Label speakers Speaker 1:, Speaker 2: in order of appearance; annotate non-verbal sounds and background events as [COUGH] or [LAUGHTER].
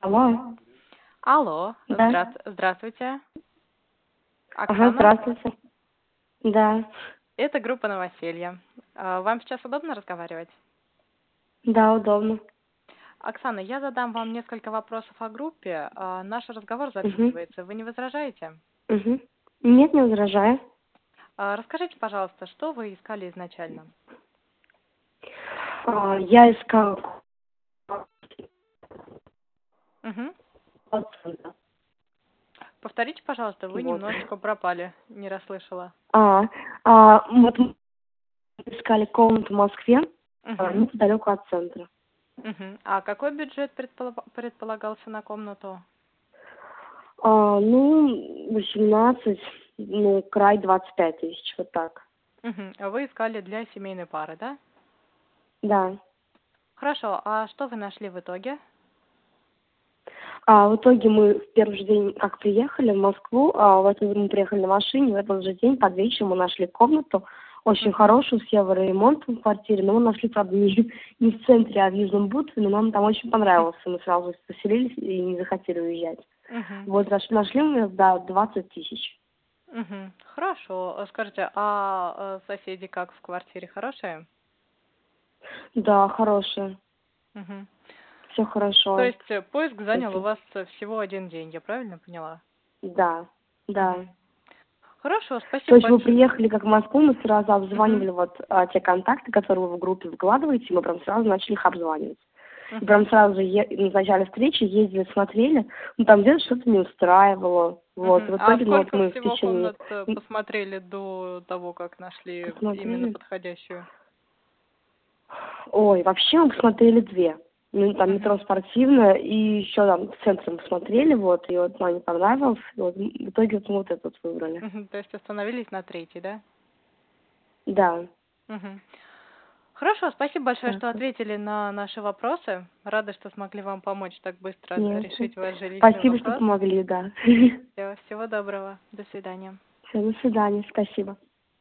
Speaker 1: Алло.
Speaker 2: Алло,
Speaker 1: Да.
Speaker 2: здра- здравствуйте. Оксана,
Speaker 1: Ага, здравствуйте. Да.
Speaker 2: это группа «Новоселье». А, Вам сейчас удобно разговаривать?
Speaker 1: Да, удобно.
Speaker 2: Оксана, я задам вам несколько вопросов о группе. А, Наш разговор
Speaker 1: Мгм.
Speaker 2: записывается. Вы не возражаете?
Speaker 1: Угу. Нет, не возражаю.
Speaker 2: А, Расскажите, пожалуйста, что вы искали изначально?
Speaker 1: А, я искала
Speaker 2: Мгм.
Speaker 1: пацана.
Speaker 2: Повторите, пожалуйста, вы
Speaker 1: Вот.
Speaker 2: немножечко пропали, не расслышала.
Speaker 1: А, а, вот мы искали комнату в Москве, а,
Speaker 2: Мгм.
Speaker 1: неподалеку от центра.
Speaker 2: Мгм. А какой бюджет предпола- предполагался на комнату?
Speaker 1: А, ну, 18, ну, край 25 тысяч, вот так.
Speaker 2: Мгм. А Вы искали для семейной пары, да?
Speaker 1: Да.
Speaker 2: Хорошо, а что вы нашли в итоге?
Speaker 1: А в итоге мы в первый же день, как приехали в Москву, а в этот мы приехали на машине, в этот же день под вечер мы нашли комнату, очень
Speaker 2: Мгм.
Speaker 1: хорошую, с евроремонтом в квартире, но мы нашли, правда, не, не в центре, а в Южном Бутве, но нам там очень понравилось, и мы сразу поселились и не захотели уезжать.
Speaker 2: Мгм.
Speaker 1: Вот нашли, нашли мы ее за 20 тысяч.
Speaker 2: Мгм. Хорошо. А Скажите, а э, соседи как в квартире хорошие?
Speaker 1: Да, хорошая,
Speaker 2: Мгм.
Speaker 1: все хорошо.
Speaker 2: То есть э, поиск занял у
Speaker 1: Спасибо.
Speaker 2: вас э, всего один день, я правильно поняла?
Speaker 1: Да, да.
Speaker 2: Хорошо,
Speaker 1: То
Speaker 2: спасибо
Speaker 1: есть вы
Speaker 2: большое.
Speaker 1: приехали как в Москву, мы сразу обзванивали вот а, те контакты, которые вы в группе выкладываете, и мы прям сразу начали их обзванивать. И
Speaker 2: Мгм.
Speaker 1: Прям сразу же е- назначали встречи, ездили, смотрели, ну там где-то что-то не устраивало. Вот,
Speaker 2: Мгм.
Speaker 1: в
Speaker 2: А
Speaker 1: итоге ну, вот
Speaker 2: сколько
Speaker 1: мы в
Speaker 2: всего
Speaker 1: течение...
Speaker 2: комнат э, посмотрели до того, как нашли именно
Speaker 1: Посмотрели?
Speaker 2: подходящую?
Speaker 1: Ой, вообще мы посмотрели две. Ну, там
Speaker 2: Мгм.
Speaker 1: метро спортивное, и еще там в центре мы посмотрели, вот, и вот нам не понравилось, и вот в итоге вот мы вот этот выбрали.
Speaker 2: Мгм. То есть остановились на третьей, да?
Speaker 1: Да.
Speaker 2: Мгм. Хорошо, спасибо большое, что
Speaker 1: Так.
Speaker 2: ответили на наши вопросы. Рада, что смогли вам помочь так быстро
Speaker 1: Нет.
Speaker 2: решить ваш жилищный
Speaker 1: Спасибо, что
Speaker 2: вопрос.
Speaker 1: помогли, да. [LAUGHS]
Speaker 2: Всё, Всего доброго. До свидания.
Speaker 1: Все, до свидания, спасибо.